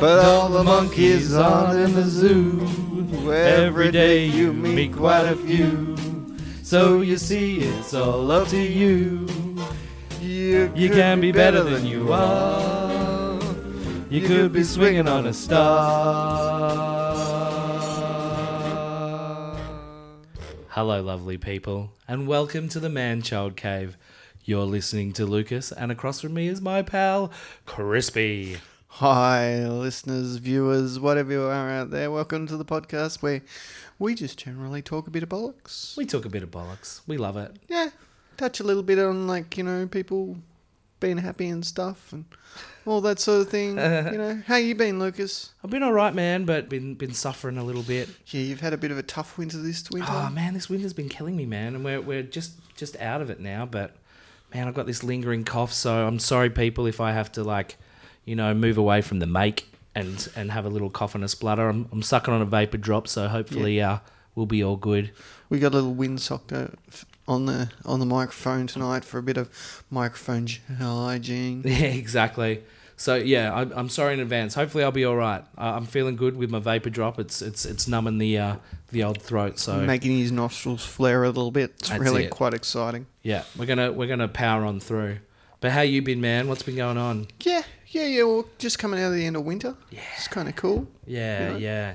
But all the monkeys on in the zoo. Every day you meet quite a few. So you see, it's all up to you. You, you can be better than you are. You could be swinging on a star. Hello, lovely people, and welcome to the Man Child Cave. You're listening to Lucas, and across from me is my pal, Crispy. Hi, listeners, viewers, whatever you are out there, welcome to the podcast where we just generally talk a bit of bollocks. We talk a bit of bollocks. We love it. Yeah, touch a little bit on, like, you know, people being happy and stuff and all that sort of thing. you know, how you been, Lucas? I've been all right, man, but been been suffering a little bit. Yeah, you've had a bit of a tough winter this winter. Oh man, this winter's been killing me, man, and we're we're just just out of it now. But man, I've got this lingering cough, so I'm sorry, people, if I have to like, you know, move away from the make and and have a little cough and a splutter. I'm I'm sucking on a vapor drop, so hopefully, uh, we'll be all good. We got a little windsock uh, f- on the on the microphone tonight for a bit of microphone hygiene. Yeah, exactly. So yeah, I'm, I'm sorry in advance. Hopefully, I'll be all right. I, I'm feeling good with my vapor drop. It's it's it's numbing the uh, the old throat. So Making his nostrils flare a little bit. It's That's really it. quite exciting. yeah, we're gonna we're gonna power on through. But how you been, man? What's been going on? Yeah, yeah, yeah. Well, just coming out of the end of winter. Yeah. It's kind of cool. Yeah, Yeah. yeah.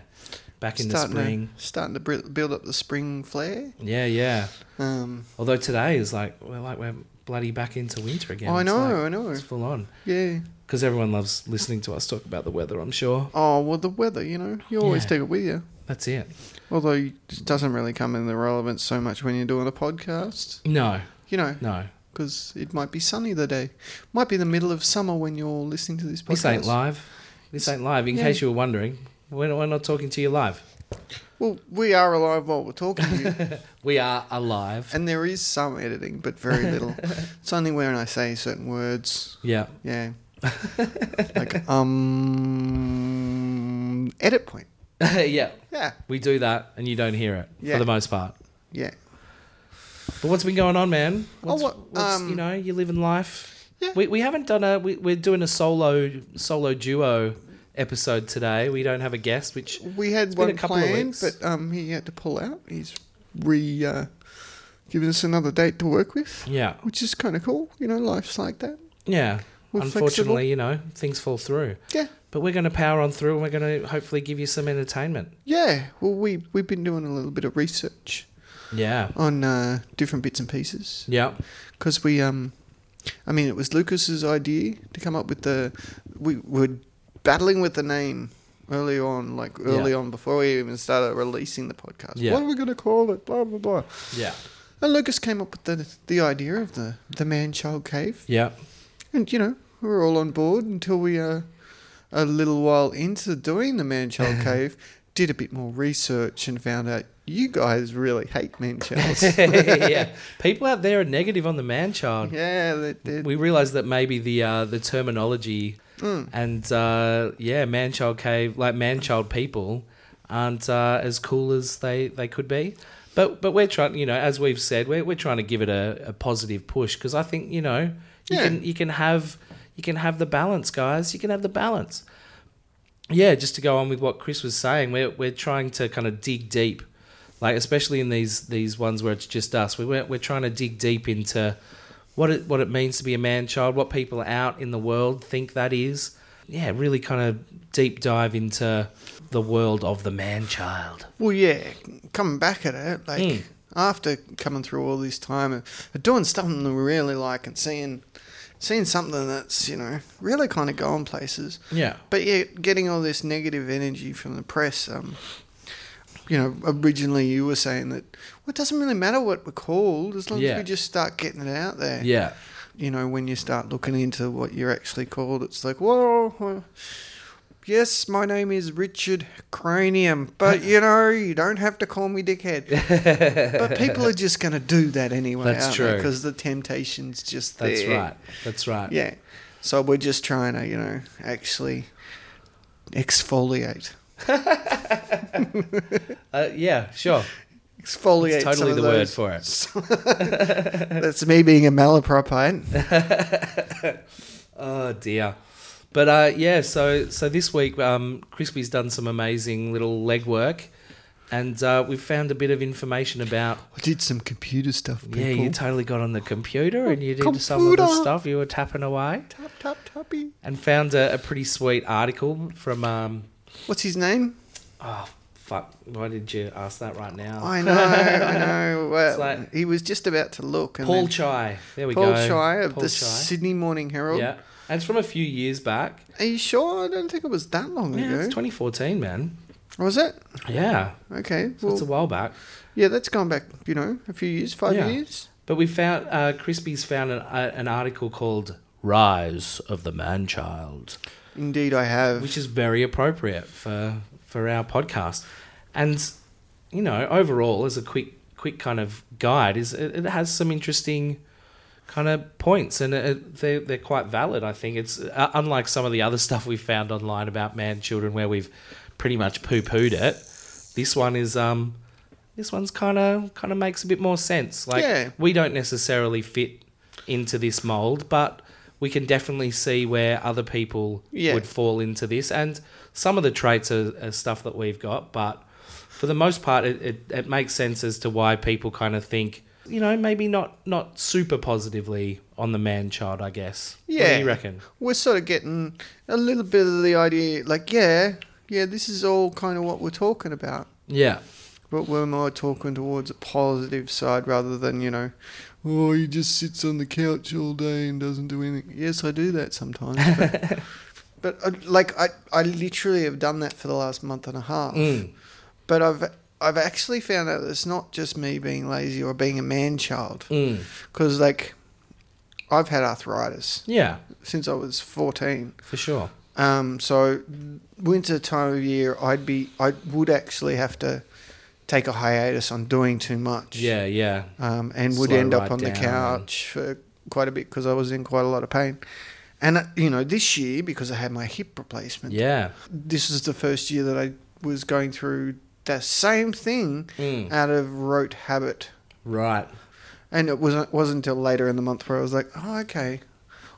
Back in the starting spring. To, starting to bri- build up the spring flair. Yeah, yeah. Um, Although today is like we're like we're bloody back into winter again. I It's know, like- I know. It's full on Yeah. because everyone loves listening to us talk about the weather. I'm sure Oh well, the weather. You know, you always Yeah. take it with you. that's it. Although it doesn't really come into relevance so much when you're doing a podcast. No, You know, no. because it might be sunny the day. Might be the middle of summer when you're listening to this podcast. This ain't live. This ain't live. In Yeah. case you were wondering, we're, we're not talking to you live. Well, we are alive while we're talking to you. We are alive. and there is some editing, but very little. it's only when I say certain words. Yeah. Yeah. like, um, edit point. yeah. Yeah. We do that, and you don't hear it Yeah. for the most part. Yeah. But what's been going on, man? Oh, What's, what- what's um, you know, you're living life. Yeah. We, we haven't done a we, we're doing a solo solo duo episode today. We don't have a guest, which We had been one a couple of planned, weeks. but um, he had to pull out. He's re uh, giving us another date to work with, yeah which is kind of cool. You know, life's like that. yeah. We're Unfortunately, you know, things fall through. Yeah, But we're going to power on through, and we're going to hopefully give you some entertainment. yeah. Well, we we've been doing a little bit of research Yeah. on uh, different bits and pieces Yeah. because we um, I mean, it was Lucas's idea to come up with the. We were battling with the name early on, like early Yeah. on before we even started releasing the podcast. Yeah. What are we going to call it? Blah blah blah. Yeah. And Lucas came up with the the idea of the the man child cave, Yeah. and you know we were all on board until we uh, a little while into doing the man child cave, did a bit more research and found out you guys really hate man childs. yeah. People out there are negative on the man child. yeah, they, they, We realised that maybe the uh, the terminology Mm. and uh, yeah, man child cave like man child people aren't uh, as cool as they, they could be. But but we're trying, you know, as we've said, we're we're trying to give it a, a positive push because I think you know you Yeah. can you can have you can have the balance, guys. You can have the balance. yeah, just to go on with what Chris was saying, we're we're trying to kind of dig deep, like especially in these these ones where it's just us. We we're, we're trying to dig deep into what it what it means to be a man child, what people out in the world think that is. Yeah, really kind of deep dive into the world of the man child. well, yeah, coming back at it, like Mm. after coming through all this time and and doing something that we really like and seeing seeing something that's you know really kind of going places. Yeah, But yeah, getting all this negative energy from the press. Um, you know, originally you were saying that well, it doesn't really matter what we're called as long Yeah. as we just start getting it out there. yeah, You know, when you start looking into what you're actually called, it's like, whoa. uh, Yes, my name is Richard Cranium, but you know, you don't have to call me dickhead. but people are just going to do that anyway. That's true. Because the temptation's just there. that's right, that's right. Yeah. So we're just trying to, you know, actually exfoliate. uh, yeah, sure. Exfoliate. It's totally some the of word those- for it. That's me being a malapropite. Oh dear. But uh, yeah, so so this week, um, Crispy's done some amazing little legwork, and uh, we've found a bit of information about. I did some computer stuff, people. Yeah, you totally got on the computer and you did some of the Computer. stuff you were tapping away, tap, tap, tappy. and found a, a pretty sweet article from. Um, What's his name? oh fuck! Why did you ask that right now? I know, I know. Well, Oh. like- he was just about to look. And Paul then- Chai. There we Paul go. Chai of Paul the Chai. Sydney Morning Herald. Yeah, and it's from a few years back. Are you sure? I don't think it was that long Yeah, ago. it's 2014, man. was it? Yeah, Okay. so Well, it's a while back. yeah, that's gone back, you know, a few years, five Yeah. years. But we found uh, Crispy's found an, uh, an article called "Rise of the Man Child," Indeed, I have. which is very appropriate for for our podcast. And you know, overall, as a quick quick kind of guide, is it, it has some interesting kind of points, and it, it- they they're quite valid. I think it's uh, unlike some of the other stuff we found online about man children, where we've pretty much poo pooed it. This one is um, this one's kind of kind of makes a bit more sense. Like Yeah. we don't necessarily fit into this mold, but we can definitely see where other people Yeah. would fall into this, and some of the traits are, are stuff that we've got, but for the most part, it, it, it makes sense as to why people kind of think, you know, maybe not not super positively on the man child, I guess. What Yeah. do you reckon? we're sort of getting a little bit of the idea, like, yeah, yeah, this is all kind of what we're talking about. Yeah. But we're more talking towards a positive side rather than, you know, oh, he just sits on the couch all day and doesn't do anything. Yes, I do that sometimes. But, but uh, like, I, I literally have done that for the last month and a half. Mm. But I've I've actually found out that it's not just me being lazy or being a man child. Mm. Because, like, I've had arthritis Yeah, since I was 14. for sure. Um, so winter time of year, I'd be, I would actually have to take a hiatus on doing too much. Yeah, yeah. Um, and would Slow end up ride on the down. couch for quite a bit because I was in quite a lot of pain. And uh, you know, this year because I had my hip replacement, Yeah. this is the first year that I was going through the same thing Mm. out of rote habit. Right. And it wasn't wasn't until later in the month where I was like, oh, okay,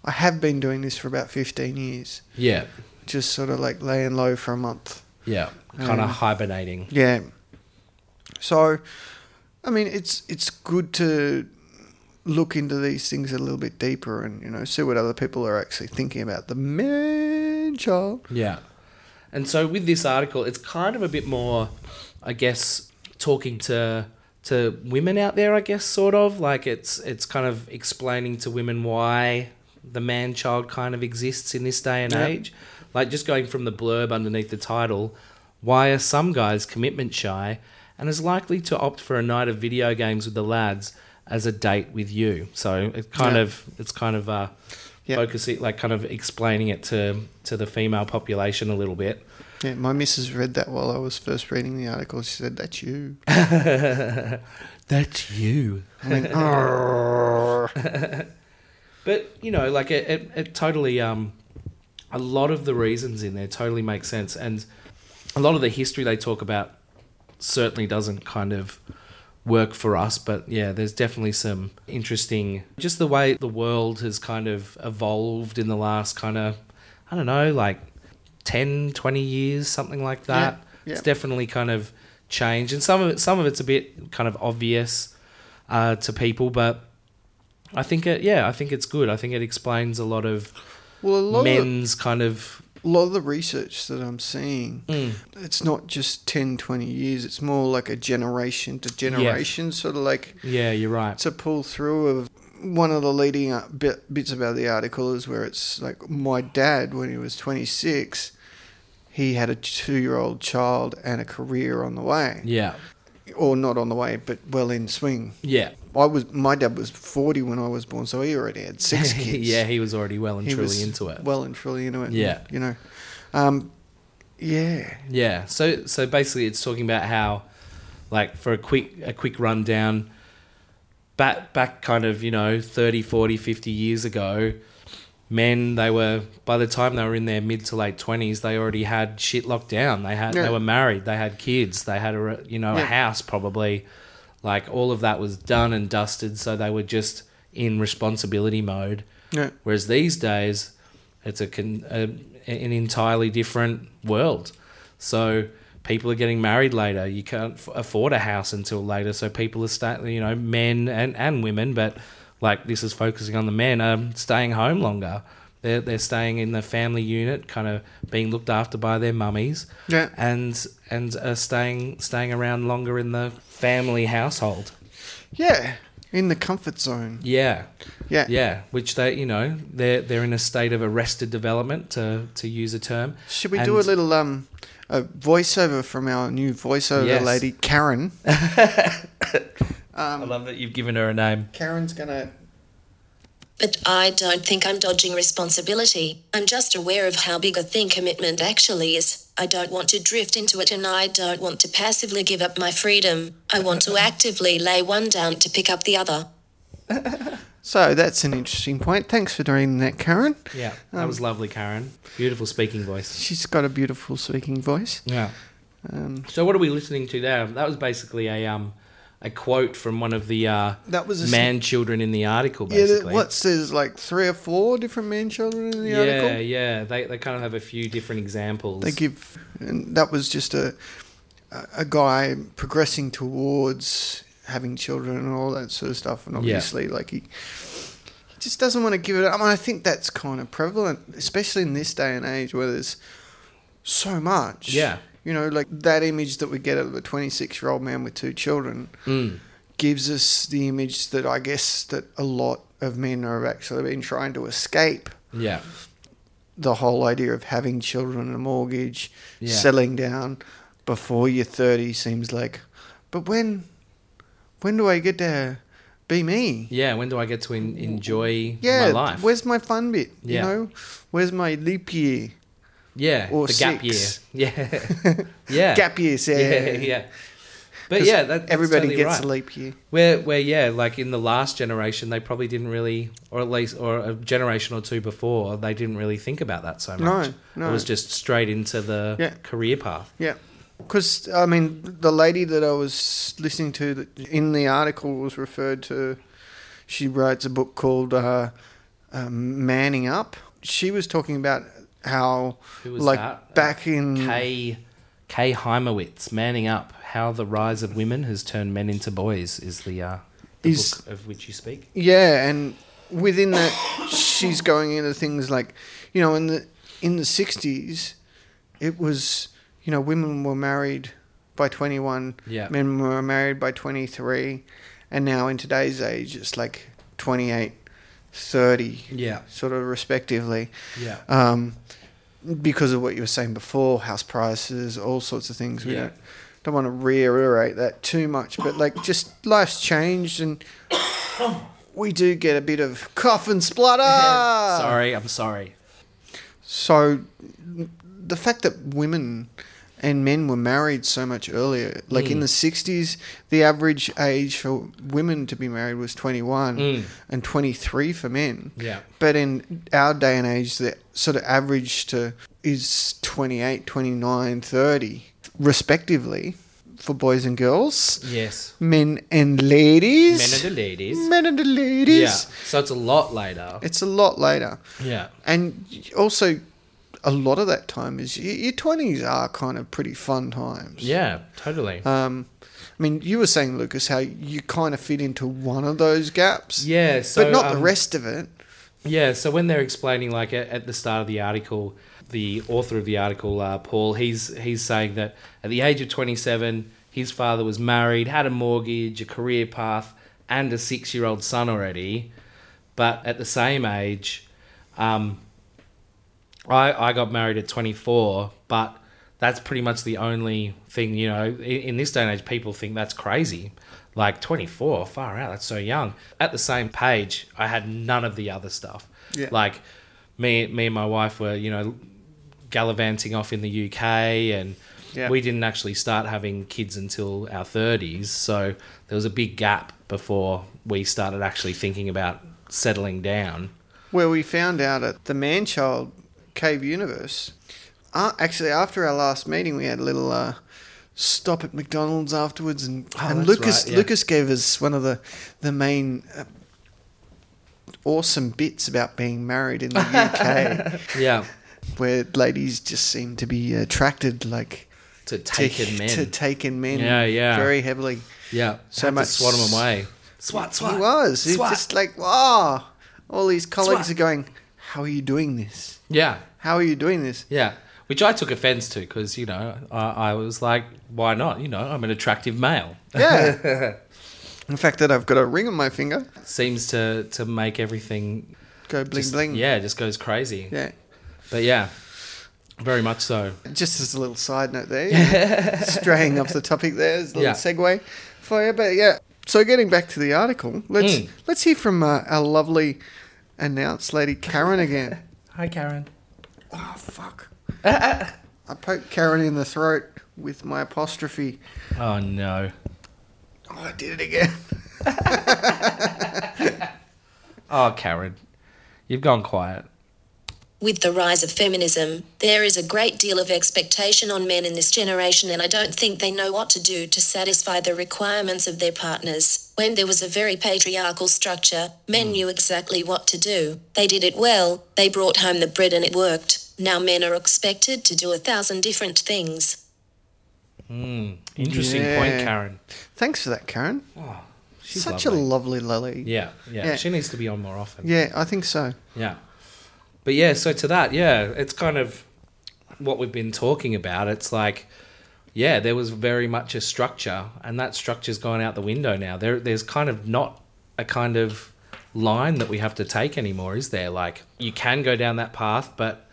I have been doing this for about fifteen years, Yeah. just sort of like laying low for a month. Yeah. Kind of Um, hibernating. Yeah. So, I mean, it's it's good to look into these things a little bit deeper and you know see what other people are actually thinking about the man child. Yeah. And so with this article, it's kind of a bit more, I guess, talking to to women out there. I guess sort of like it's it's kind of explaining to women why the man child kind of exists in this day and Yeah. age. Like just going from the blurb underneath the title, why are some guys commitment shy and is likely to opt for a night of video games with the lads as a date with you? So it kind Yeah. of it's kind of uh, Yeah. focusing like kind of explaining it to to the female population a little bit. Yeah, my missus read that while I was first reading the article. She said, "That's you." That's you. I mean, "Arrgh." But you know, like it, it, it totally um, a lot of the reasons in there totally make sense, and a lot of the history they talk about certainly doesn't kind of work for us. But yeah, there's definitely some interesting, just the way the world has kind of evolved in the last kind of, I don't know, like 10, 20 years, something like that. Yeah, It's yeah. definitely kind of changed, and some of it, some of it's a bit kind of obvious uh, to people, but. I think it, yeah, I think it's good. I think it explains a lot of well, a lot, of men's kind of. the, lot of the research that I'm seeing, it's not just 10, 20 years. It's more like a generation to generation, sort of like yeah, you're right. to pull through of one of the leading uh, bit, bits about the article is where it's like my dad when he was 26 he had a two-year-old child and a career on the way Yeah, or not on the way but well in swing yeah, i was my dad was 40 when i was born so he already had six kids yeah. He was already well and he truly was into it. well and truly into it Yeah. you know um yeah Yeah. So so basically, it's talking about how, like, for a quick a quick rundown, back back kind of you know 30, 40, 50 years ago, men they were by the time they were in their mid to late twenties, they already had shit locked down. They had Yeah. they were married, they had kids, they had a re- you know a Yeah. house probably, like all of that was done and dusted. So they were just in responsibility mode. yeah Whereas these days, It's a, con- a an entirely different world. So people are getting married later. You can't f- afford a house until later. So people are starting, you know, men and, and women, but like this is focusing on the men, are staying home longer. They're, they're staying in the family unit, kind of being looked after by their mummies Yeah. and and uh, staying staying around longer in the family household. Yeah. In the comfort zone. Yeah, Yeah. yeah. Which they, you know, they're they're in a state of arrested development to to use a term. Should we And- do a little um a voiceover from our new voiceover Yes. lady, Karen? um, I love that you've given her a name. Karen's gonna But I don't think I'm dodging responsibility. I'm just aware of how big a thing commitment actually is. I don't want to drift into it and I don't want to passively give up my freedom. I want to actively lay one down to pick up the other. So that's an interesting point. Thanks for doing that, Karen. Yeah, that Um, was lovely, Karen. Beautiful speaking voice. She's got a beautiful speaking voice. Yeah. Um, So what are we listening to now? That was basically a um a quote from one of the uh That was a s- man children in the article. yeah, Basically. th- what's there's like three or four different man children in the yeah, article. yeah. They they kind of have a few different examples. They give, and that was just a a- a guy progressing towards having children and all that sort of stuff. And obviously, like he, he just doesn't want to give it up. And I think that's kind of prevalent, especially in this day and age where there's so much. Yeah. You know, like that image that we get of a 26 year old man with two children Mm. gives us the image that I guess that a lot of men are actually been trying to escape Yeah. the whole idea of having children and a mortgage, Yeah. settling down before you're 30 seems like, but when, when do I get to be me? Yeah, when do I get to en- enjoy Yeah, my life? where's my fun bit? Yeah. You know, where's my leap year? yeah, or the gap six? year. Yeah, yeah, Gap year, yeah. Yeah, yeah. But yeah, that, that's everybody totally gets right. a leap year. Where, where, yeah, like in the last generation, they probably didn't really, or at least, or a generation or two before, they didn't really think about that so No, much. no. It was just straight into the Yeah. career path. Yeah. Because, I mean, the lady that I was listening to that in the article was referred to, she writes a book called uh, uh, Manning Up. She was talking about how, Who was like, that? back in. Kay, Kay Heimowitz, Manning Up: How the Rise of Women Has Turned Men into Boys is the, uh, the Is- book of which you speak. Yeah, and within that, she's going into things like, you know, in the in the sixties, it was you know women were married by twenty one, Yeah. men were married by twenty three, and now in today's age, it's like 28, 30, Yeah, sort of respectively, yeah. um, because of what you were saying before, house prices, all sorts of things. We Yeah. don't don't want to reiterate that too much, but like just life's changed and we do get a bit of cough and splutter. Uh, sorry, I'm sorry. So the fact that women and men were married so much earlier, like Hmm. in the 60s, the average age for women to be married was 21 Mm. and 23 for men. Yeah. But in our day and age, the sort of average to is 28, 29, 30, respectively, for boys and girls, Yes. men and ladies. Men are the ladies. Men and the ladies. Yeah. So it's a lot later. It's a lot later. Yeah. And also, a lot of that time is y- your twenties are kind of pretty fun times. Yeah, totally. Um, I mean, you were saying Lucas how you kind of fit into one of those gaps. Yeah, so, but not the um, rest of it. Yeah, so when they're explaining, like at, at the start of the article, the author of the article, uh, Paul, he's he's saying that at the age of 27, his father was married, had a mortgage, a career path, and a six-year-old son already. But at the same age, um, I I got married at 24, but that's pretty much the only thing you know. In, in this day and age, people think that's crazy. Like 24, far out, that's so young. At the same page, I had none of the other stuff. Yeah. Like me, me and my wife were you know gallivanting off in the UK, and Yeah. we didn't actually start having kids until our 30s. So there was a big gap before we started actually thinking about settling down. Where we found out at the Manchild Cave Universe. Uh, actually, after our last meeting, we had a little uh, stop at McDonald's afterwards, and, Oh, and that's Lucas right, yeah. Lucas gave us one of the the main uh, awesome bits about being married in the Yeah. UK, where ladies just seem to be attracted like To to- take in men. to taken men, Yeah, yeah. very heavily. yeah. so So much. much- To swat them away. Swat, swat. He was. He's Swat. just like, wow. All these colleagues Swat. are going, how are you doing this? Yeah. How are you doing this? Yeah. Which I took offense to because, you know, I, I was like, why not? You know, I'm an attractive male. Yeah. In fact, that I've got a ring on my finger. Seems to, to make everything. Go bling just- bling. Yeah, just goes crazy. Mm. Yeah. But yeah, very much so. Just as a little side note there, straying off the topic there, as a little Yeah. segue for you. But yeah, so getting back to the article, let's Mm. let's hear from uh, our lovely announced lady Karen again. Hi, Karen. oh fuck! I poked Karen in the throat with my apostrophe. Oh, no. Oh, I did it again. Oh, Karen. You've gone quiet. With the rise of feminism, there is a great deal of expectation on men in this generation, and I don't think they know what to do to satisfy the requirements of their partners. When there was a very patriarchal structure, men knew exactly what to do. They did it well, they brought home the bread, and it worked. Now men are expected to do a thousand different things. Interesting Yeah. point, Karen. Thanks for that, Karen. Oh, she's She's Such a lovely lolly. Yeah, yeah, Yeah. She needs to be on more often. Yeah, I think so. Yeah. But yeah, so to that, yeah, it's kind of what we've been talking about. It's like, yeah, there was very much a structure, and that structure's gone out the window now. There, there's kind of not a kind of line that we have to take anymore, is there? Like, you can go down that path, but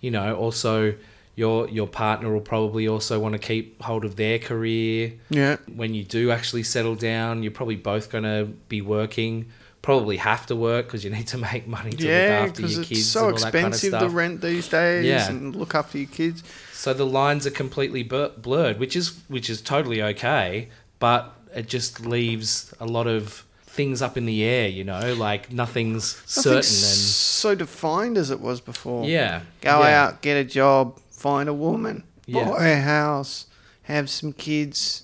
you know, also your your partner will probably also want to keep hold of their career Yeah. when you do actually settle down, you're probably both going to be working, probably have to work because you need to make money to Yeah, look after because your it's kids so and all that kind of expensive stuff. to rent these days Yeah. and look after your kids. so the lines are completely bur- blurred, which is which is totally okay, but it just leaves a lot of things up in the air, you know, like nothing's certain Nothing's so defined as it was before. and yeah. Go yeah. out, get a job, find a woman, Yeah. buy a house, have some kids,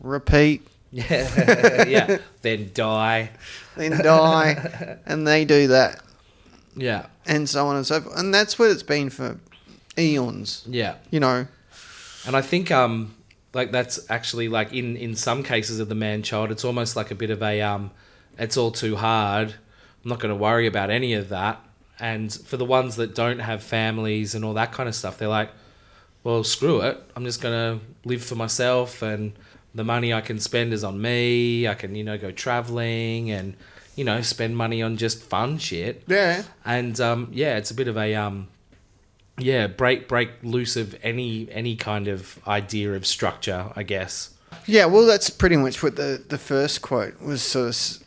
repeat, yeah. Then die. then die. and they do that. Yeah. And so on and so forth. And that's what it's been for eons. Yeah. You know. And I think um like that's actually like in in some cases of the man child, it's almost like a bit of a um it's all too hard. I'm not going to worry about any of that. And for the ones that don't have families and all that kind of stuff, they're like, well, screw it. I'm just going to live for myself and the money I can spend is on me. I can, you know, go traveling and, you know, spend money on just fun shit Yeah. and um, yeah, it's a bit of a um, yeah break break loose of any any kind of idea of structure, I guess. Yeah, well, that's pretty much what the, the first quote was sort of s-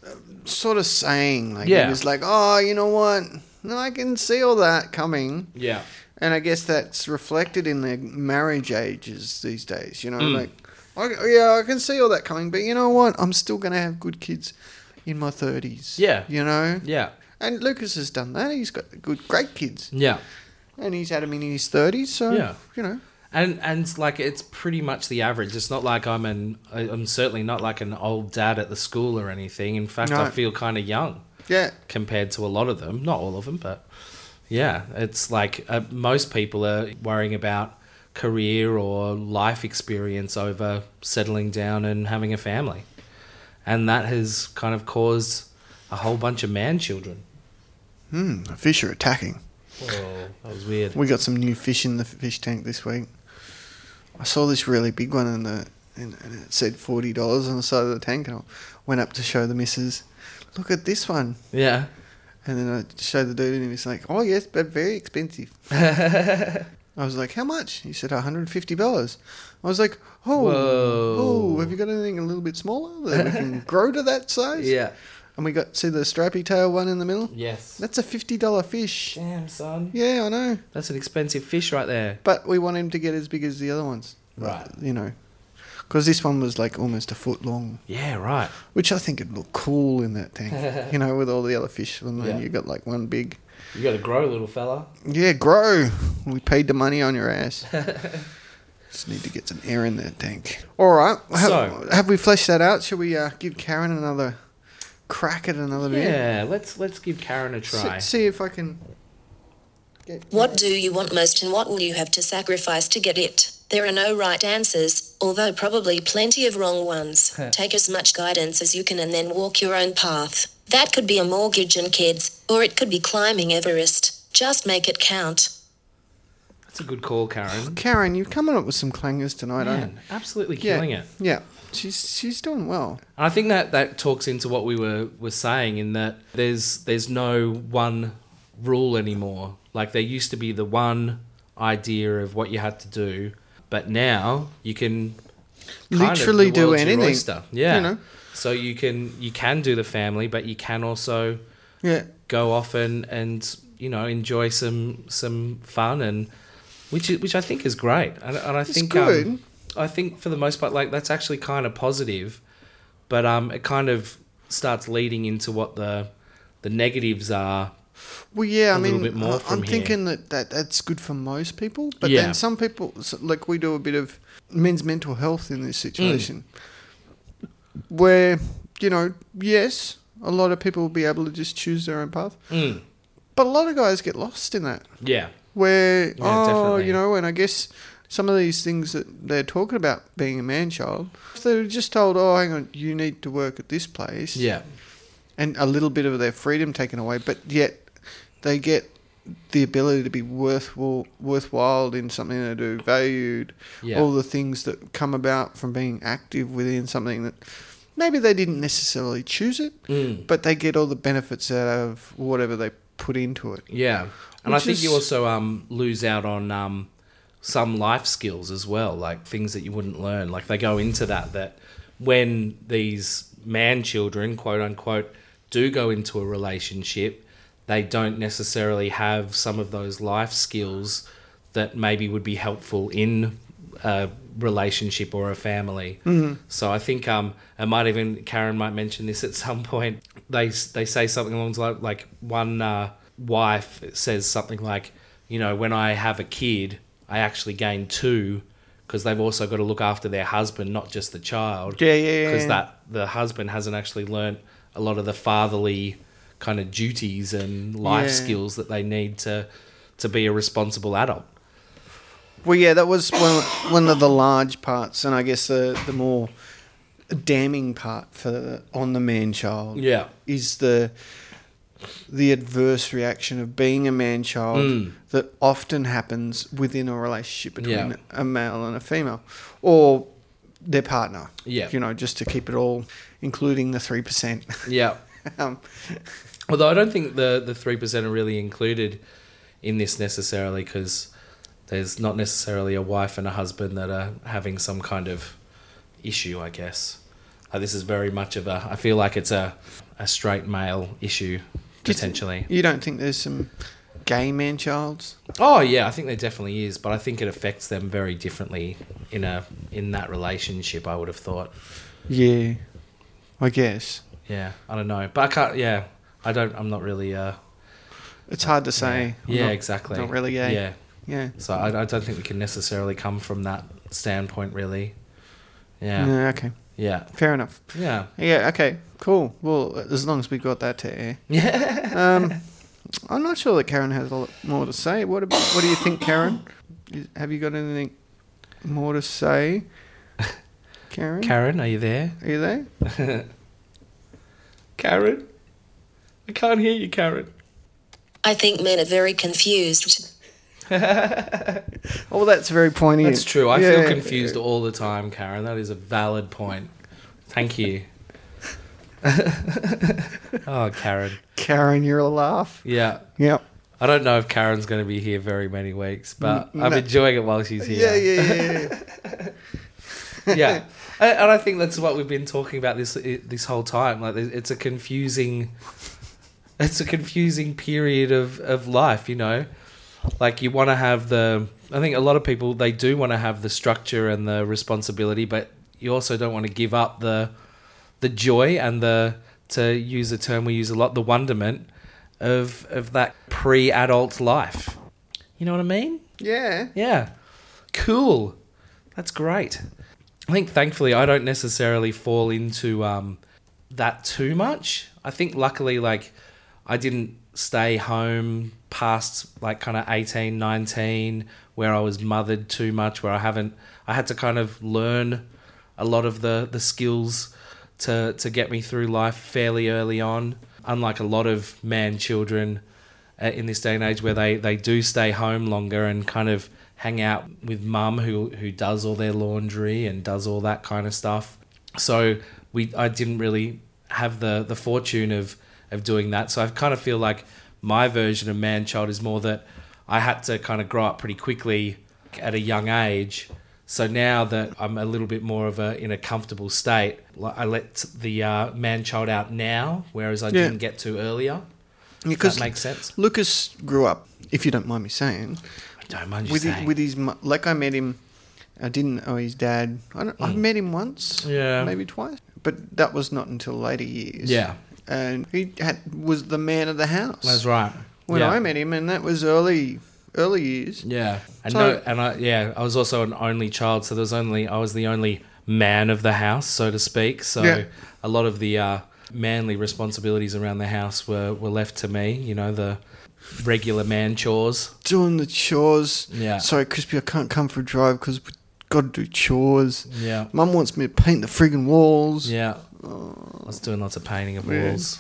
sort of saying. Like it Yeah. was like, oh, you know what? No, I can see all that coming, Yeah, and I guess that's reflected in the marriage ages these days. You know, Mm. like, I, yeah, I can see all that coming, but you know what? I'm still gonna have good kids in my thirties. Yeah. you know. yeah, And Lucas has done that. He's got good, great kids, yeah, and he's had them in his thirties. So Yeah. you know, and and like it's pretty much the average. It's not like I'm an I- I'm certainly not like an old dad at the school or anything. In fact, No. I feel kind of young yeah, compared to a lot of them. Not all of them, but yeah, it's like uh, most people are worrying about career or life experience over settling down and having a family. And that has kind of caused a whole bunch of man children. hmm, fish are attacking. Oh, that was weird. We got some new fish in the fish tank this week. I saw this really big one in the and, and it said forty dollars on the side of the tank, and I went up to show the missus. Look at this one, Yeah. and then I showed the dude, and he was like, "Oh yes, but very expensive." I was like, "How much?" He said, "One hundred and fifty dollars." I was like, "Oh, Whoa. oh, have you got anything a little bit smaller that we can grow to that size?" Yeah. And we got see the stripy tail one in the middle. Yes. That's a fifty dollar fish. Damn, son. Yeah, I know. That's an expensive fish right there. But we want him to get as big as the other ones. Right. You know, because this one was like almost a foot long, Yeah, right. which I think would look cool in that tank, you know, with all the other fish. And then Yeah. you got like one big. You got to grow, little fella. Yeah, grow. We paid the money on your ass. Just need to get some air in that tank. All right. Have, So- have we fleshed that out? Shall we uh, give Karen another crack at another bit. Yeah, let's let's give Karen a See- try. see if I can. Get, What do you want most and what will you have to sacrifice to get it? There are no right answers, although probably plenty of wrong ones. Take as much guidance as you can and then walk your own path. That could be a mortgage and kids, or it could be climbing Everest. Just make it count. That's a good call, Karen. Karen, you've come up with some clangers tonight, aren't you? Man, absolutely killing it. Yeah, she's she's doing well. I think that that talks into what we were were saying in that there's there's no one rule anymore. Like there used to be the one idea of what you had to do, but now you can kind of- Literally the do world's your anything. oyster. Yeah. You know? So you can you can do the family, but you can also Yeah. go off and and you know enjoy some some fun and which is, which I think is great and, and I think good. Um, I think for the most part like that's actually kind of positive but um it kind of starts leading into what the the negatives are Well, yeah, I a little mean, bit more I- from I'm here. thinking that, that that's good for most people, but Yeah. then some people, s- like we do a bit of men's mental health in this situation, Mm. where, you know, yes, a lot of people will be able to just choose their own path, Mm, but a lot of guys get lost in that, yeah where, oh, definitely. you know, and I guess some of these things that they're talking about being a man child, if they were just told, oh, hang on, you need to work at this place yeah and a little bit of their freedom taken away, but yet they get the ability to be worthwhile, worthwhile in something they do, valued, Yeah. all the things that come about from being active within something that maybe they didn't necessarily choose it, Mm. but they get all the benefits out of whatever they put into it. yeah and I Which think you is- also um lose out on um some life skills as well like things that you wouldn't learn like they go into that that when these man children quote unquote do go into a relationship they don't necessarily have some of those life skills that maybe would be helpful in a relationship or a family Mm-hmm. so i think um i might even karen might mention this at some point they they say something along the lines like one uh, wife says something like you know when i have a kid I actually gain two because they've also got to look after their husband, not just the child. Yeah, yeah, yeah, Because yeah. that the husband hasn't actually learnt a lot of the fatherly kind of duties and life Yeah. skills that they need to to be a responsible adult. Well, yeah, that was one, one of the large parts, and I guess the, the more damning part for the, on the man child. Yeah. is the the adverse reaction of being a man child Mm. that often happens within a relationship between Yeah. a male and a female or their partner. Yeah. You know, just to keep it all including the 3%. Yeah. um, Although I don't think the the three percent are really included in this necessarily because there's not necessarily a wife and a husband that are having some kind of issue. I guess uh, this is very much of a. I feel like it's a a straight male issue potentially. you don't think there's some gay man childs? Oh yeah, I think there definitely is, but I think it affects them very differently in a in that relationship. I would have thought. Yeah. I guess. Yeah, I don't know, but I can't. Yeah, I don't. I'm not really. Uh, It's hard to say. I'm yeah, not- exactly. Not really gay. Yeah. Yeah. So I, I don't think we can necessarily come from that standpoint, really. yeah. Yeah. okay. Yeah. Fair enough. Yeah. Yeah, okay. Cool. Well, as long as we got that to air. Yeah. Um, I'm not sure that Karen has a lot more to say. What ab What do you think, Karen? Is- Have you got anything more to say, Karen? Karen, are you there? Are you there? Karen? I can't hear you, Karen. I think men are very confused. Oh, that's very poignant. That's true. I Yeah. feel confused all the time, Karen. That is a valid point. Thank you. oh, Karen. Karen, you're a laugh. Yeah. Yep. I don't know if Karen's going to be here very many weeks, but Mm, I'm no. enjoying it while she's Yeah, here. yeah, yeah. yeah. yeah, and, and I think that's what we've been talking about this this whole time. Like, it's a confusing, it's a confusing period of of life. You know, like you want to have the. I think a lot of people they do want to have the structure and the responsibility, but you also don't want to give up the the joy and the to use a term we use a lot the wonderment of of that pre adult life. You know what I mean? yeah. Yeah. Cool. That's great. I think thankfully I don't necessarily fall into um, that too much. I think luckily, like, I didn't stay home past like kind of 18, 19, where I was mothered too much, where I haven't, I had to kind of learn a lot of the, the skills to, to get me through life fairly early on. Unlike a lot of man children uh, in this day and age where they, they do stay home longer and kind of hang out with mum who, who does all their laundry and does all that kind of stuff. So we, I didn't really have the, the fortune of, of doing that. So I kind of feel like my version of man child is more that I had to kind of grow up pretty quickly at a young age. So now that I'm a little bit more of a in a comfortable state, like I let the uh, man child out now, whereas I Yeah. didn't get to earlier. Because that makes sense. Lucas grew up, if you don't mind me saying, I don't mind you with his, saying. with his mu- like I met him. I didn't know his dad. I don't, Mm. I've met him once, Yeah. maybe twice, but that was not until later years. Yeah. and he had, was the man of the house. That's right. When yeah. I met him, and that was early, early years. Yeah, and So- no, and I yeah, I was also an only child, so there was only I was the only man of the house, so to speak. So Yeah. a lot of the uh, manly responsibilities around the house were were left to me. You know the regular man chores. doing the chores. Yeah. Sorry, Crispy, I can't come for a drive because we got to do chores. Yeah, Mum wants me to paint the friggin' walls. yeah. I was doing lots of painting of Yeah. walls.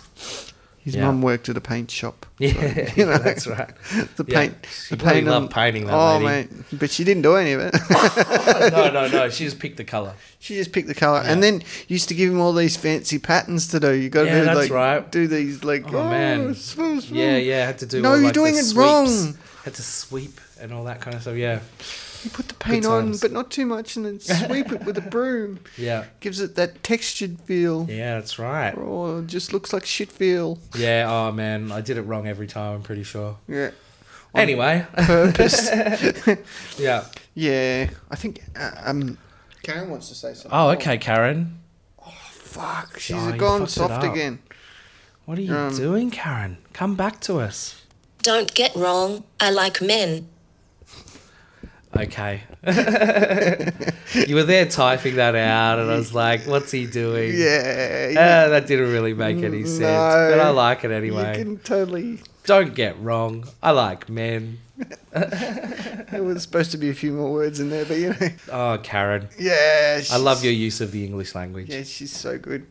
His Yeah. mum worked at a paint shop. Yeah, you know. that's right. The Yeah. paint. She The bloody paint on- loved painting, that oh, lady. mate. But she didn't do any of it. no, no, no. She just picked the color. she just picked the colour. And Yeah. then used to give him all these fancy patterns to do. You got to Yeah, do, that's like, right. do these, like, Oh, man. smooth, smooth. Yeah, yeah. Had to do. No, all, you're like, the doing it sweeps. wrong. Had to sweep and all that kind of stuff. Yeah, You put the paint Good on, times. but not too much, and then sweep it with a broom. yeah, Gives it that textured feel. yeah. That's right. Or just looks like shit feel. Yeah, oh man, I did it wrong every time, I'm pretty sure. Yeah. Anyway, Purpose. yeah. Yeah, I think uh, um. Karen wants to say something. Oh, okay, Karen. Oh, Fuck, she's Oh, you gone fucked it soft up. again. What are you Um, doing, Karen? Come back to us. Don't get wrong, I like men. Okay. you were there typing that out, and I was like, what's he doing? Yeah, yeah. Ah, that didn't really make any sense, No. but I like it you anyway. can totally. Don't get wrong. I like men. There was supposed to be a few more words in there, but you know. Oh, Karen. Yeah. I love she's- your use of the English language. Yeah, she's so good.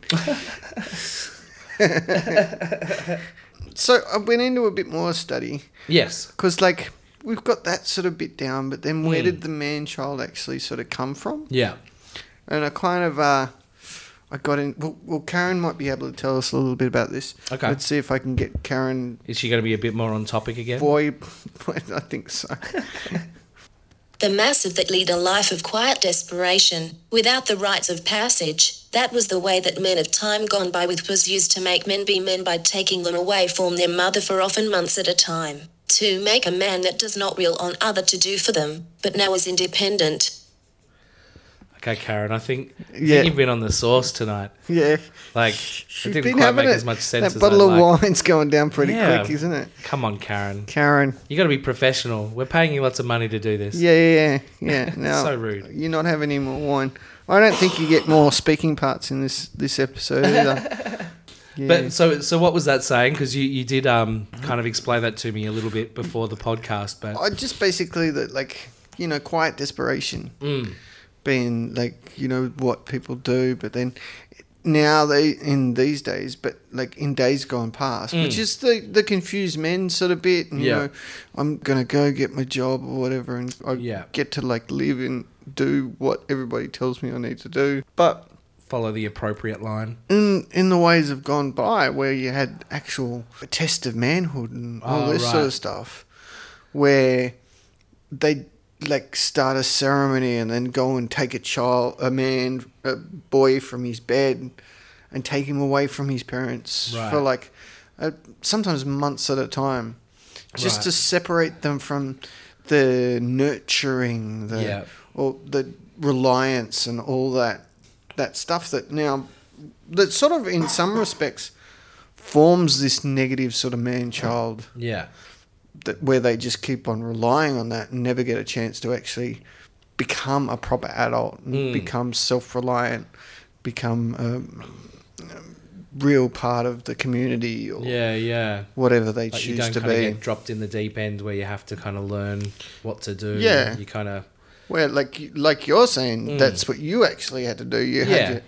so I went into a bit more study Yes. because, like, we've got that sort of bit down, but then where Hmm. did the man child actually sort of come from? Yeah. and I kind of uh, I got in. Well, well, Karen might be able to tell us a little bit about this. Okay. Let's see if I can get Karen. Is she going to be a bit more on topic again? Boy, I think so. The massive that lead a life of quiet desperation, without the rites of passage, that was the way that men of time gone by with was used to make men be men by taking them away from their mother for often months at a time, to make a man that does not rely on other to do for them, but now is independent. Okay, Karen, I think, I think Yeah. you've been on the sauce tonight. Yeah, Like, it She's didn't been quite having make it. as much sense That as bottle I'd of like. wine's going down pretty Yeah. quick, isn't it, Come on, Karen. Karen? You got to be professional. We're paying you lots of money to do this. Yeah, yeah, yeah. yeah. No, So rude. You not have any more wine. I don't think you get more speaking parts in this this episode either. Yeah. But so, so what was that saying? Because you, you did um, kind of explain that to me a little bit before the podcast, but I just basically that like you know quiet desperation Mm. being like you know what people do but then now they in these days but like in days gone past which is the the confused men sort of bit and, you Mm. Yeah. know i'm gonna go get my job or whatever and i Yeah. get to like live and do what everybody tells me i need to do but follow the appropriate line. in in the ways have gone by where you had actual test of manhood and all Oh, this sort right. of stuff where they like start a ceremony and then go and take a child a man a boy from his bed and take him away from his parents Right. for like uh, sometimes months at a time just Right. to separate them from the nurturing the Yeah. or the reliance and all that that stuff that now that sort of in some respects forms this negative sort of man child Yeah. that where they just keep on relying on that and never get a chance to actually become a proper adult and Mm. become self reliant, become um, um, real part of the community or Yeah, yeah. whatever they Like you choose don't to kind of be. get dropped in the deep end where you have to kind of learn what to do. Yeah. You kind of Well, like like you're saying, that's what you actually had to do. You Hmm. Yeah. had your,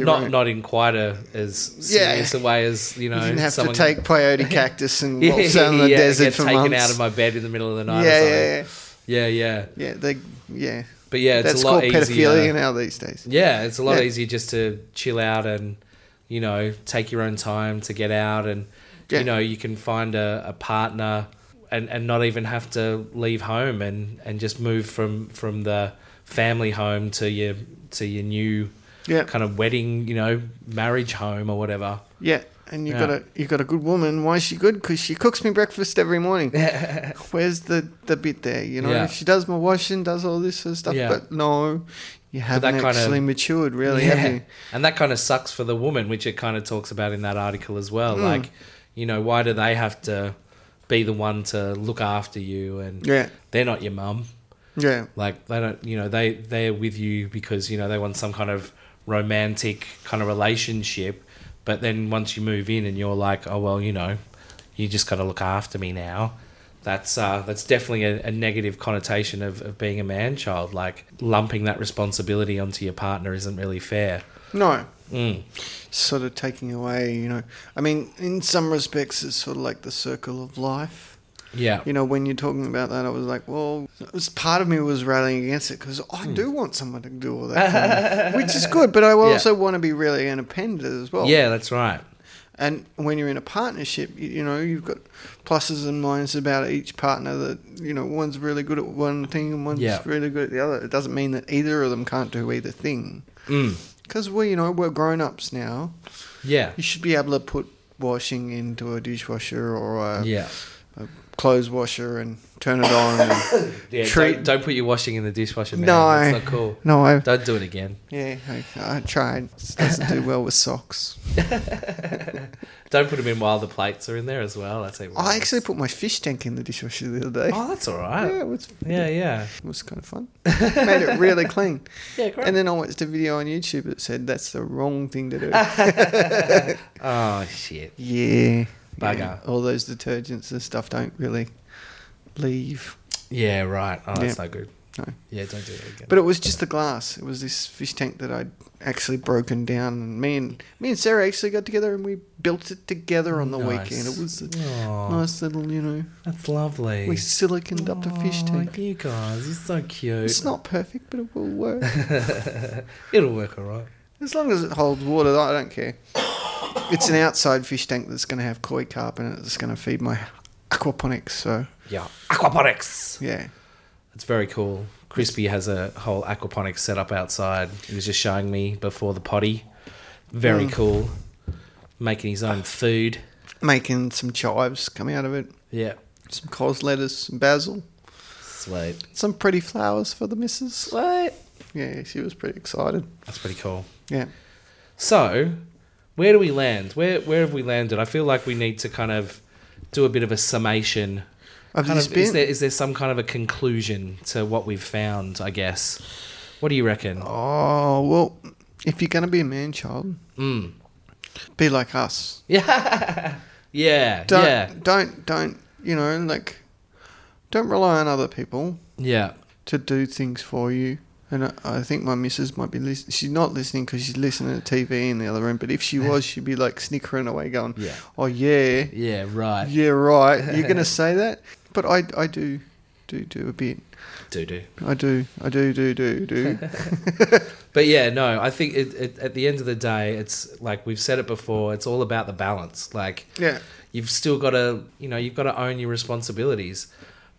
your not own- not in quite a as Yeah. serious a way as you know. you didn't have someone- to take peyote cactus and waltz down the yeah, desert get for taken months. out of my bed in the middle of the yeah, night. or yeah, something. yeah, yeah, yeah. yeah. They, yeah. But yeah, it's that's a lot called easier. pedophilia now these days. Yeah, it's a lot Yeah. easier just to chill out and you know take your own time to get out and Yeah. you know you can find a, a partner and, and not even have to leave home and, and just move from from the family home to your to your new Yeah, kind of wedding you know marriage home or whatever. yeah. And you Yeah. got a you got a good woman. Why is she good? Because she cooks me breakfast every morning. Where's the the bit there? You know, Yeah. she does my washing, does all this sort of stuff. Yeah. But no, you haven't kind of- actually matured, really, have you? And that kind of sucks for the woman, which it kind of talks about in that article as well. Mm. Like, you know, why do they have to be the one to look after you? And Yeah. they're not your mum. Yeah, Like, they don't, you know, they, they're with you because, you know, they want some kind of romantic kind of relationship. But then once you move in and you're like, oh, well, you know, you just got to look after me now. That's uh, that's definitely a, a negative connotation of, of being a man child. Like lumping that responsibility onto your partner isn't really fair. no. Mm. Sort of taking away, you know. I mean, in some respects, it's sort of like the circle of life. Yeah. You know, when you're talking about that, I was like, well, it was, part of me was rallying against it because I Hmm. do want someone to do all that, for me, which is good. But I also want to be really independent as well. Yeah, that's right. And when you're in a partnership, you, you know, you've got pluses and minuses about each partner that, you know, one's really good at one thing and one's Yeah. really good at the other. It doesn't mean that either of them can't do either thing. Mm. Because we, you know, we're grown ups now. Yeah. You should be able to put washing into a dishwasher or a Yeah. clothes washer and turn it on. And, Yeah. Treat- Don't, don't put your washing in the dishwasher, man. No. That's not cool. no, I, Don't do it again. yeah, I, I tried. It doesn't do well with socks. Don't put them in while the plates are in there as well. That's even I worse. actually put my fish tank in the dishwasher the other day. Oh, that's all Yeah, right. it was, Yeah, yeah. it was kind of fun. Made it really clean. Yeah, great. And then I watched a video on YouTube that said that's the wrong thing to do. oh, shit. yeah. Bugger. Yeah. All those detergents and stuff don't really leave. Yeah, right. Oh, that's Yeah. not good. No. Yeah, don't do that again. But it was just the glass. It was this fish tank that I'd actually broken down, and me and me and Sarah actually got together and we built it together on the Nice. weekend. It was a Aw. nice little, you know, Oh, that's lovely. we siliconed up the fish Aw, tank. You guys, you're so cute. It's not perfect, but it will work It'll work all right. as long as it holds water. I don't care. It's an outside fish tank that's going to have koi carp in it. It's going to feed my aquaponics. So Yeah. Aquaponics. yeah, It's very cool. Crispy has a whole aquaponics setup outside. He was just showing me before the potty. Very Mm. cool. Making his own food. making some chives come out of it, Yeah. some cos lettuce, some basil, Sweet. some pretty flowers for the missus. Sweet. Yeah, she was pretty excited. That's pretty cool. Yeah. So, where do we land? Where where have we landed? I feel like we need to kind of do a bit of a summation. Of Kind this of, is bit? there is there some kind of a conclusion to what we've found, I guess? What do you reckon? Oh, well, if you're going to be a man child, Mm. be like us. Yeah. yeah. Don't, Yeah. don't, don't, you know, like, don't rely on other people Yeah. to do things for you. And I, I think my missus might be listening. She's not listening because she's listening to TV in the other room. But if she was, she'd be like snickering away, going, Yeah. oh, yeah, Yeah, right. yeah, right. You're going to say that? But I, I do, do, do a bit. Do do. I do, I do, do, do, do. But yeah, no, I think it, it, at the end of the day, it's like we've said it before. It's all about the balance. Like yeah. you've still got to, you know, you've got to own your responsibilities.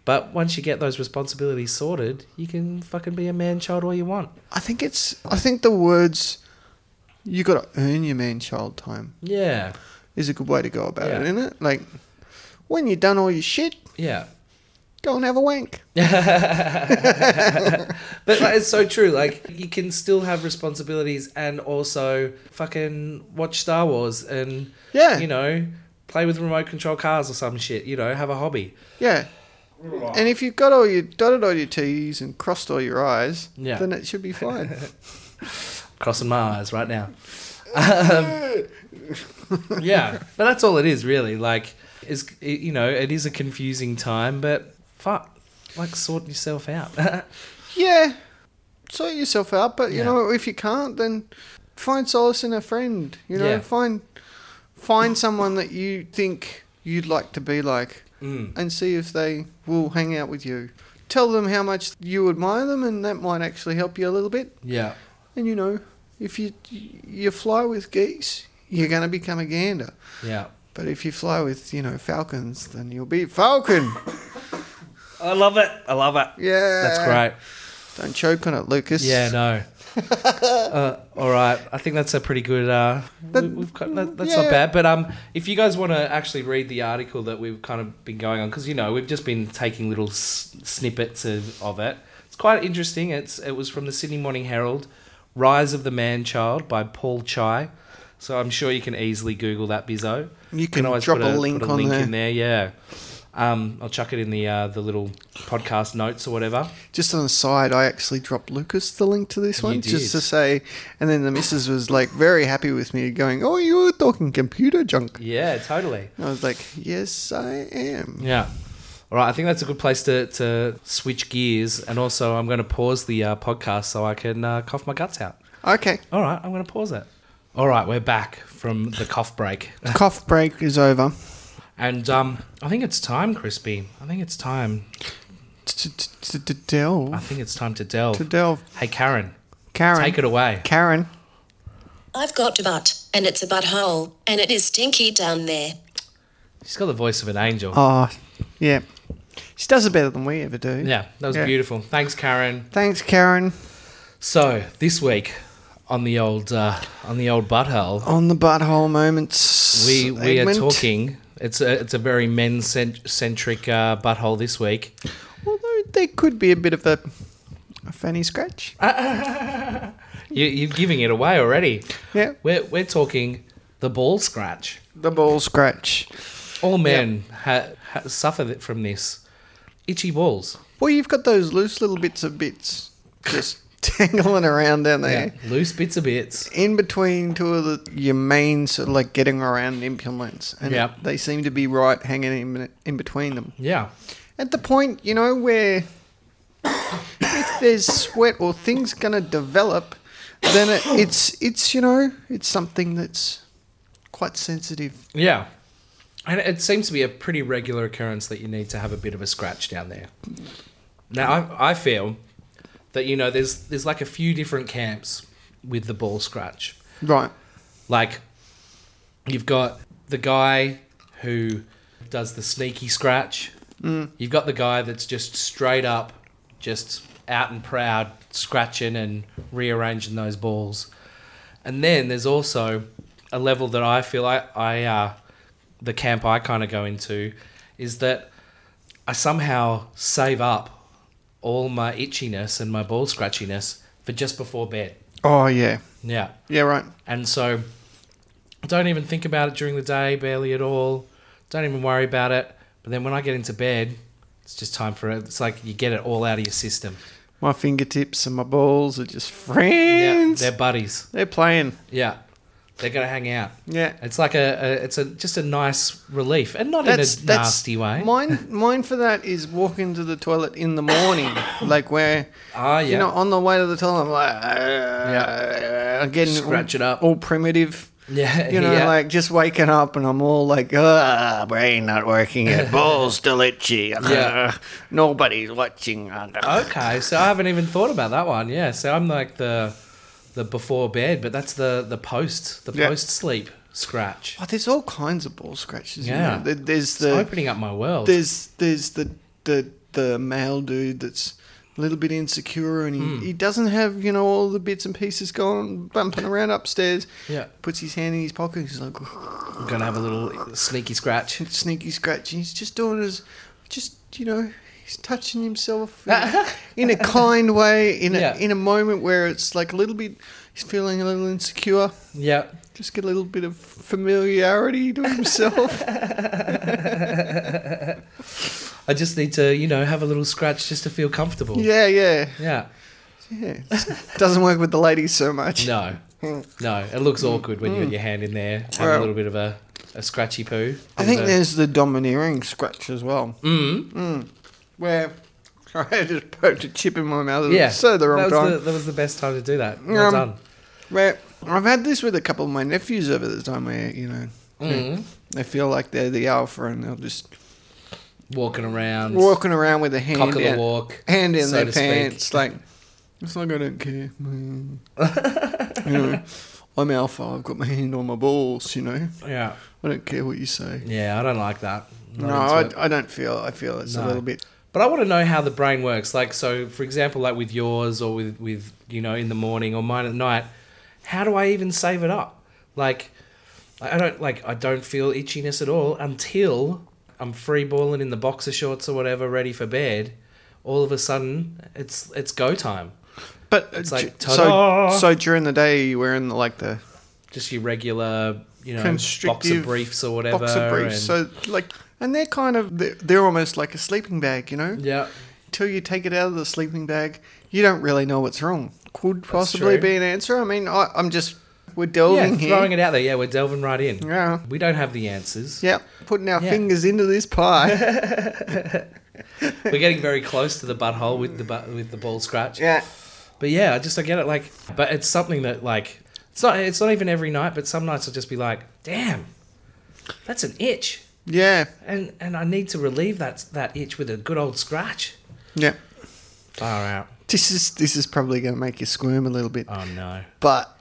But once you get those responsibilities sorted, you can fucking be a man child all you want. I think it's. I think the words "you got to earn your man child time" Yeah, is a good way to go about Yeah. it, isn't it? Like when you've done all your shit, yeah. go and have a wank. But like, it's so true. Like you can still have responsibilities and also fucking watch Star Wars and Yeah. you know, play with remote control cars or some shit. You know, have a hobby. Yeah. And if you've got all your dotted all your T's and crossed all your I's, Yeah. then it should be fine. Crossing my eyes right now. Um, yeah, but that's all it is really. Like, is you know, it is a confusing time, but fuck, like sort yourself out. Yeah, sort yourself out. But you Yeah. know, if you can't, then find solace in a friend. You know, Yeah. find find someone that you think you'd like to be like, Mm. and see if they will hang out with you. Tell them how much you admire them, and that might actually help you a little bit. yeah, And you know, if you you fly with geese, you're going to become a gander. yeah. But if you fly with you know falcons, then you'll be a falcon. I love it. I love it. Yeah, That's great. Don't choke on it, Lucas. Yeah, no. uh, all right, I think that's a pretty good. Uh, That- we- we've got, that, that's yeah. not bad. But um, if you guys want to actually read the article that we've kind of been going on, because you know we've just been taking little s- snippets of, of it. It's quite interesting. It's it was from the Sydney Morning Herald, "Rise of the Man Child" by Paul Chai. So I'm sure you can easily Google that, Bizzo. You can drop a link on there. in there. Yeah, um, I'll chuck it in the uh, the little podcast notes or whatever. Just on the side, I actually dropped Lucas the link to this You one did. just to say, and then the missus was like very happy with me, going, "Oh, you were talking computer junk." Yeah, totally. I was like, "Yes, I am." Yeah. All right. I think that's a good place to, to switch gears. And also, I'm going to pause the uh, podcast so I can uh, cough my guts out. Okay, All right. I'm going to pause it. All right. We're back from the cough break. cough break is over. And um, I think it's time, Crispy. I think it's time. To- to- to- to I delve, think it's time to to delve. delve, Hey, Karen. Karen. Uh, Take it away. Karen. I've got a butt, and it's a butthole, and it is stinky down there. She's got the voice of an angel. Oh, yeah. She does it better than we ever do. Yeah. That was Yeah. beautiful. Thanks, Karen. Thanks, Karen. So this week on the old uh, on the old butthole, On the butthole moments. we we are segment. talking. It's a it's a very men cent- centric uh, butthole this week. Although there could be a bit of a, a fanny scratch. Ah. You, you're giving it away already. Yeah. We're, we're talking the ball scratch. The ball scratch. All men ha, ha, suffer th- from this. Itchy balls. Well, you've got those loose little bits of bits just tangling around down there. Loose bits of bits. In between two of the, your main sort of like getting around implements, and Yep. they seem to be right hanging in, in between them. Yeah. At the point, you know, where if there's sweat or things gonna develop, then it, it's it's you know it's something that's quite sensitive. Yeah. And it seems to be a pretty regular occurrence that you need to have a bit of a scratch down there. Now, I, I feel that, you know, there's, there's like a few different camps with the ball scratch. Right. Like, you've got the guy who does the sneaky scratch. Mm. You've got the guy that's just straight up, just out and proud, scratching and rearranging those balls. And then there's also a level that I feel I, I uh, the camp I kind of go into is that I somehow save up all my itchiness and my ball scratchiness for just before bed. Oh yeah. Yeah. Yeah. Right. And so I don't even think about it during the day, barely at all. Don't even worry about it. But then when I get into bed, it's just time for it. It's like you get it all out of your system. My fingertips and my balls are just Yeah, friends. they're buddies. they're playing. Yeah. They're going to hang out. Yeah. It's like a, a it's a just a nice relief and not that's, in a that's nasty way. Mine, mine for that is walking to the toilet in the morning, like where Ah, yeah. you know on the way to the toilet, I'm like, yeah, I'm getting Scratch all, it up. all primitive. Yeah, you know, yeah. like just waking up and I'm all like, ah, brain not working yet, balls still itchy, Yeah. Oh, nobody's watching. okay, so I haven't even thought about that one. Yeah. So I'm like the the before bed, but that's the the post, the Yeah. post sleep scratch. Oh, there's all kinds of ball scratches. you Yeah. know. There- there's It's the opening up my world. there's there's the the the male dude that's a little bit insecure and he, Hmm. he doesn't have you know all the bits and pieces going bumping around upstairs. Yeah. puts his hand in his pocket. He's like I'm gonna have a little sneaky scratch. sneaky scratching. He's just doing his, just you know, he's touching himself in, a- in a kind way in a Yeah. in a moment where it's like a little bit. He's feeling a little insecure. Yeah. Just get a little bit of familiarity to himself. I just need to, you know, have a little scratch just to feel comfortable. yeah, yeah, Yeah. yeah. Doesn't work with the ladies so much. No. No, it looks awkward when you got your hand in there, have a Well- little bit of a, a scratchy poo. I think There's a- there's the domineering scratch as well. Mm. Where I just poked a chip in my mouth. Yeah. So the wrong that was time. The, that was the best time to do that. Well Um, done. Where I've had this with a couple of my nephews over the time where, you know, Mm. Hmm. they- they feel like they're the alpha and they'll just Walking around, walking around with a hand cock of the out- walk, hand in so their to speak. pants. Like, it's like I don't care. Mm. you know, I'm alpha. I've got my hand on my balls, you know. Yeah, I don't care what you say. yeah. I don't like that. Not No, into I, it. I don't feel. I feel it's a No. little bit. But I want to know how the brain works. Like, so for example, like with yours or with, with you know, in the morning or mine at night, how do I even save it up? Like, I I don't like I don't feel itchiness at all until I'm free balling in the boxer shorts or whatever, ready for bed. All of a sudden, it's it's go time. But It's it's like, like ta-da. so. So during the day, you're wearing the, like the Just your regular, you know, boxer constrictive briefs or whatever. Boxer briefs. and- So like, and they're kind of they're, they're almost like a sleeping bag, you know. yeah, Until you take it out of the sleeping bag, you don't really know what's wrong. Could possibly true. be an answer. I mean, I, I'm just we're yeah, delving throwing here. it out there. Yeah, we're delving right in. Yeah. We don't have the answers. Yeah, putting our Yeah. fingers into this pie. We're getting very close to the butthole with the butt, with the ball scratch. yeah. But yeah, I just I get it. Like, but it's something that like it's not it's not even every night. But some nights I'll just be like, damn, that's an itch, Yeah. and and I need to relieve that that itch with a good old scratch. Yeah. Far out. This is this is probably going to make you squirm a little bit. Oh no. But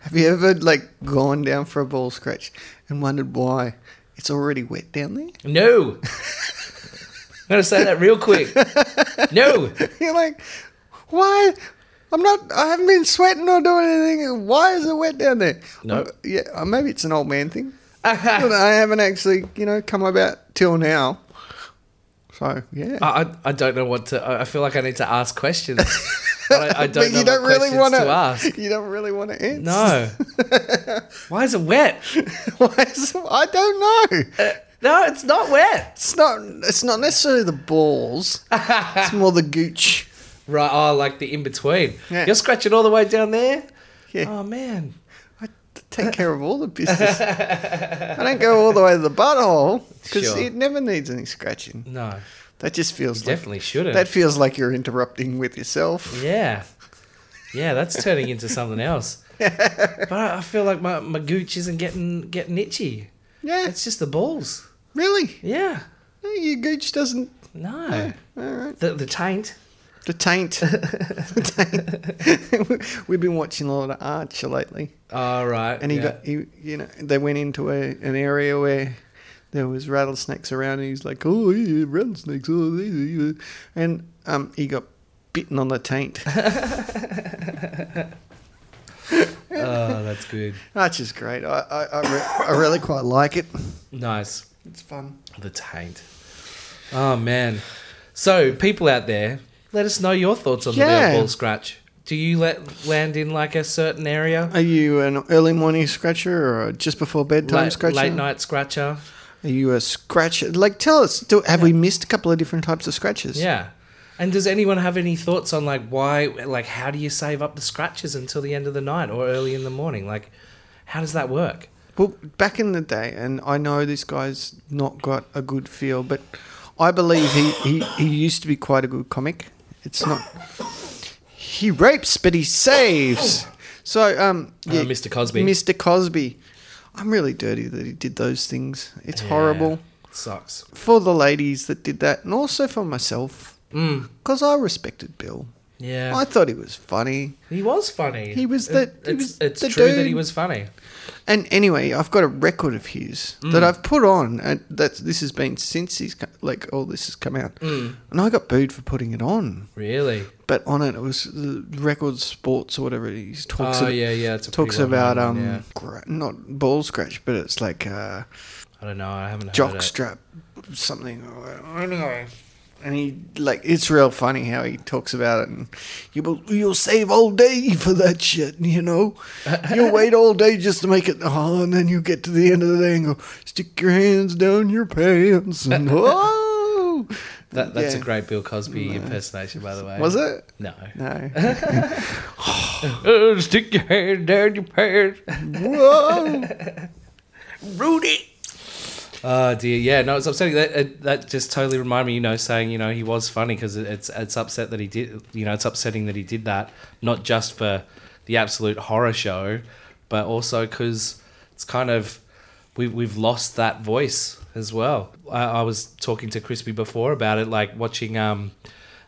have you ever like gone down for a ball scratch and wondered why it's already wet down there? No. I'm gonna say that real quick. No. You're like, why? I'm not. I haven't been sweating or doing anything. Why is it wet down there? No. Uh, yeah. uh, Maybe it's an old man thing. But I haven't actually, you know, come about till now. So yeah. I, I- I don't know what to. I I feel like I need to ask questions. But I, I don't but know you don't what really questions want to ask. You don't really want to answer. No. Why is it wet? Why is- I don't know. No, it's not wet. It's not. It's not necessarily the balls. it's more the gooch. Right. Oh, like the in between. Yeah. You're scratching all the way down there. Yeah. Oh man. I take care of all the business. I don't go all the way to the butthole because Sure. it never needs any scratching. No. That just feels like, Definitely Mm. shouldn't. that feels like you're interrupting with yourself. yeah. Yeah, that's turning into something else. but I I feel like my, my gooch isn't getting getting itchy. Yeah, It's just the balls. really. Yeah. No, Your gooch doesn't. No. All right, The the taint. the taint. The taint. We've been watching a lot of Archer lately, All right. and he yeah. got he, you know they went into a, an area where there was rattlesnakes around, and he's like, oh yeah, rattlesnakes, oh, they- they- they." and um he got bitten on the taint. Oh, that's good. Archer's Ah, great. I I, I, re- I really quite like it. Nice. It's fun. The taint. Oh man. So people out there, let us know your thoughts on the Yeah. bear ball scratch. Do you let land in like a certain area? Are you an early morning scratcher or a just before bedtime late, scratcher? late night scratcher. Are you a scratcher? Like, tell us. Do, have we missed a couple of different types of scratches? Yeah. And does anyone have any thoughts on like why, like how do you save up the scratches until the end of the night or early in the morning? Like, how does that work? Well, back in the day, and I know this guy's not got a good feel, but I believe he, he, he used to be quite a good comic. It's not. He rapes, but he saves. So, um, yeah, Uh, Mr. Cosby. Mr. Cosby. I'm really dirty that he did those things. It's Yeah. horrible. Sucks. for the ladies that did that, and also for myself, because I respected Bill. Mm. Yeah. I thought he was funny. he was funny. He was the- It, he it's was it's the true that dude. he was funny. And anyway, I've got a record of his Mm. that I've put on, and that this has been since he's co- like all this has come out, Mm. and I got booed for putting it on. Really. But on it, it was the record sports or whatever it is. Talks Oh, ab- yeah, yeah, it's a pretty talks well-known about one, um, yeah. gra- not ball scratch, but it's like uh, I don't know. I haven't heard it. jockstrap something. Anyway, and he like it's real funny how he talks about it, and you will you'll save all day for that shit, you know. You'll wait all day just to make it, oh, and then you get to the end of the day and go stick your hands down your pants and oh. That, that's Yeah. a great Bill Cosby impersonation, by the way. Was it? No. No. Oh, stick your hand down your pants. Whoa! Rudy. Oh dear, yeah, no, it's upsetting. That it, that just totally reminded me, you know, saying you know he was funny because it, it's it's upset that he did, you know, it's upsetting that he did that, not just for the absolute horror show, but also because it's kind of we we've lost that voice as well. I, I was talking to Crispy before about it, like watching um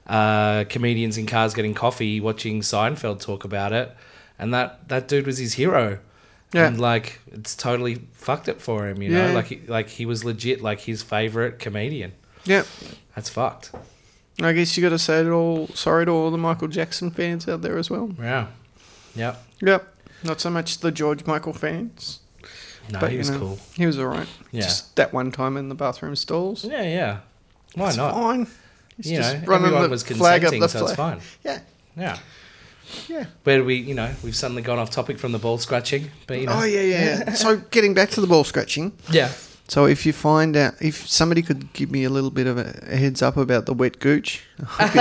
uh comedians in cars getting coffee, watching Seinfeld talk about it, and that that dude was his hero. Yeah. And like it's totally fucked it for him, you know. Yeah. Like he, like he was legit like his favorite comedian. yeah. That's fucked. I guess you got to say it all. Sorry to all the Michael Jackson fans out there as well. Yeah. Yep. Yep. Not so much the George Michael fans, No, but he was you know, cool. He was all right. Yeah. Just that one time in the bathroom stalls. Yeah, yeah. Why It's not? fine. He's You know, just running everyone the was flag up consenting, the so it's flag. fine. Yeah. Yeah. Yeah. Where we, you know, we've suddenly gone off topic from the ball scratching, but you know, Oh yeah, yeah. yeah. so getting back to the ball scratching. yeah, So if you find out, if somebody could give me a little bit of a, a heads up about the wet gooch, I'd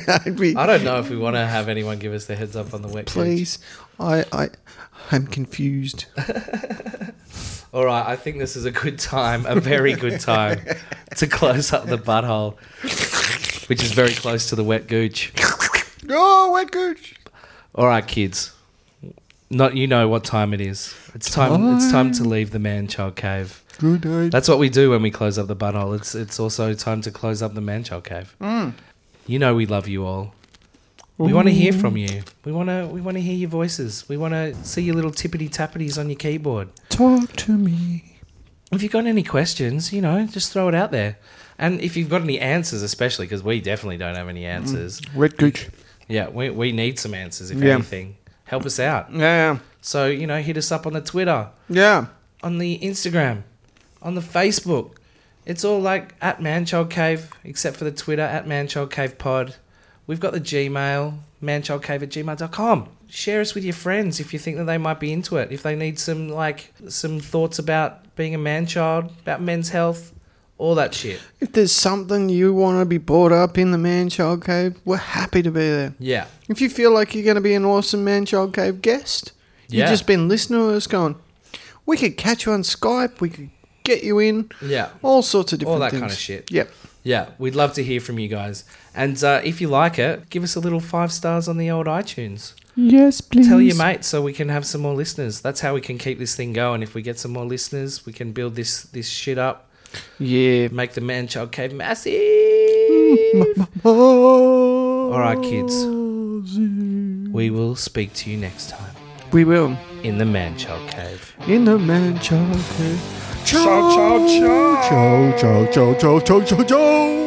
be, I'd be I don't know if we want to have anyone give us the heads up on the wet gooch. please. I, I, I'm confused. All right, I think this is a good time, a very good time, to close up the butthole, which is very close to the wet gooch. Oh, wet gooch. All right, kids. Not you know what time it is. It's time. It's time to leave the man child cave. Good night. That's what we do when we close up the butthole. It's it's also time to close up the man child cave. You know we love you all. We want to hear from you. We want to we want to hear your voices. We want to see your little tippity tappities on your keyboard. Talk to me. If you've got any questions, you know, just throw it out there. And if you've got any answers, especially because we definitely don't have any answers. Wet gooch. Yeah, we, we need some answers if Mm. Yeah. anything. Help us out. Yeah. So, you know, hit us up on the Twitter, Yeah. on the Instagram, on the Facebook. It's all like at Manchild Cave, except for the Twitter, at Manchild Cave Pod. We've got the Gmail, manchildcave at gmail.com. Share us with your friends if you think that they might be into it. If they need some, like, some thoughts about being a man child, about men's health, all that shit. If there's something you want to be brought up in the man child cave, we're happy to be there. Yeah. If you feel like you're going to be an awesome man child cave guest, Yeah. you've just been listening to us going, we could catch you on Skype, we could get you in, Yeah. all sorts of different All that things. kind of shit. Yep. Yeah, we'd love to hear from you guys. And uh, if you like it, give us a little five stars on the old iTunes. Yes, please. Tell your mates so we can have some more listeners. That's how we can keep this thing going. If we get some more listeners, we can build this this shit up. Yeah. Make the man child cave massive. Oh. All right, kids. We will speak to you next time We will. in the man child cave. In the man child cave. Ciao, ciao, ciao. Ciao, ciao, ciao, ciao, ciao, ciao, ciao. Oh.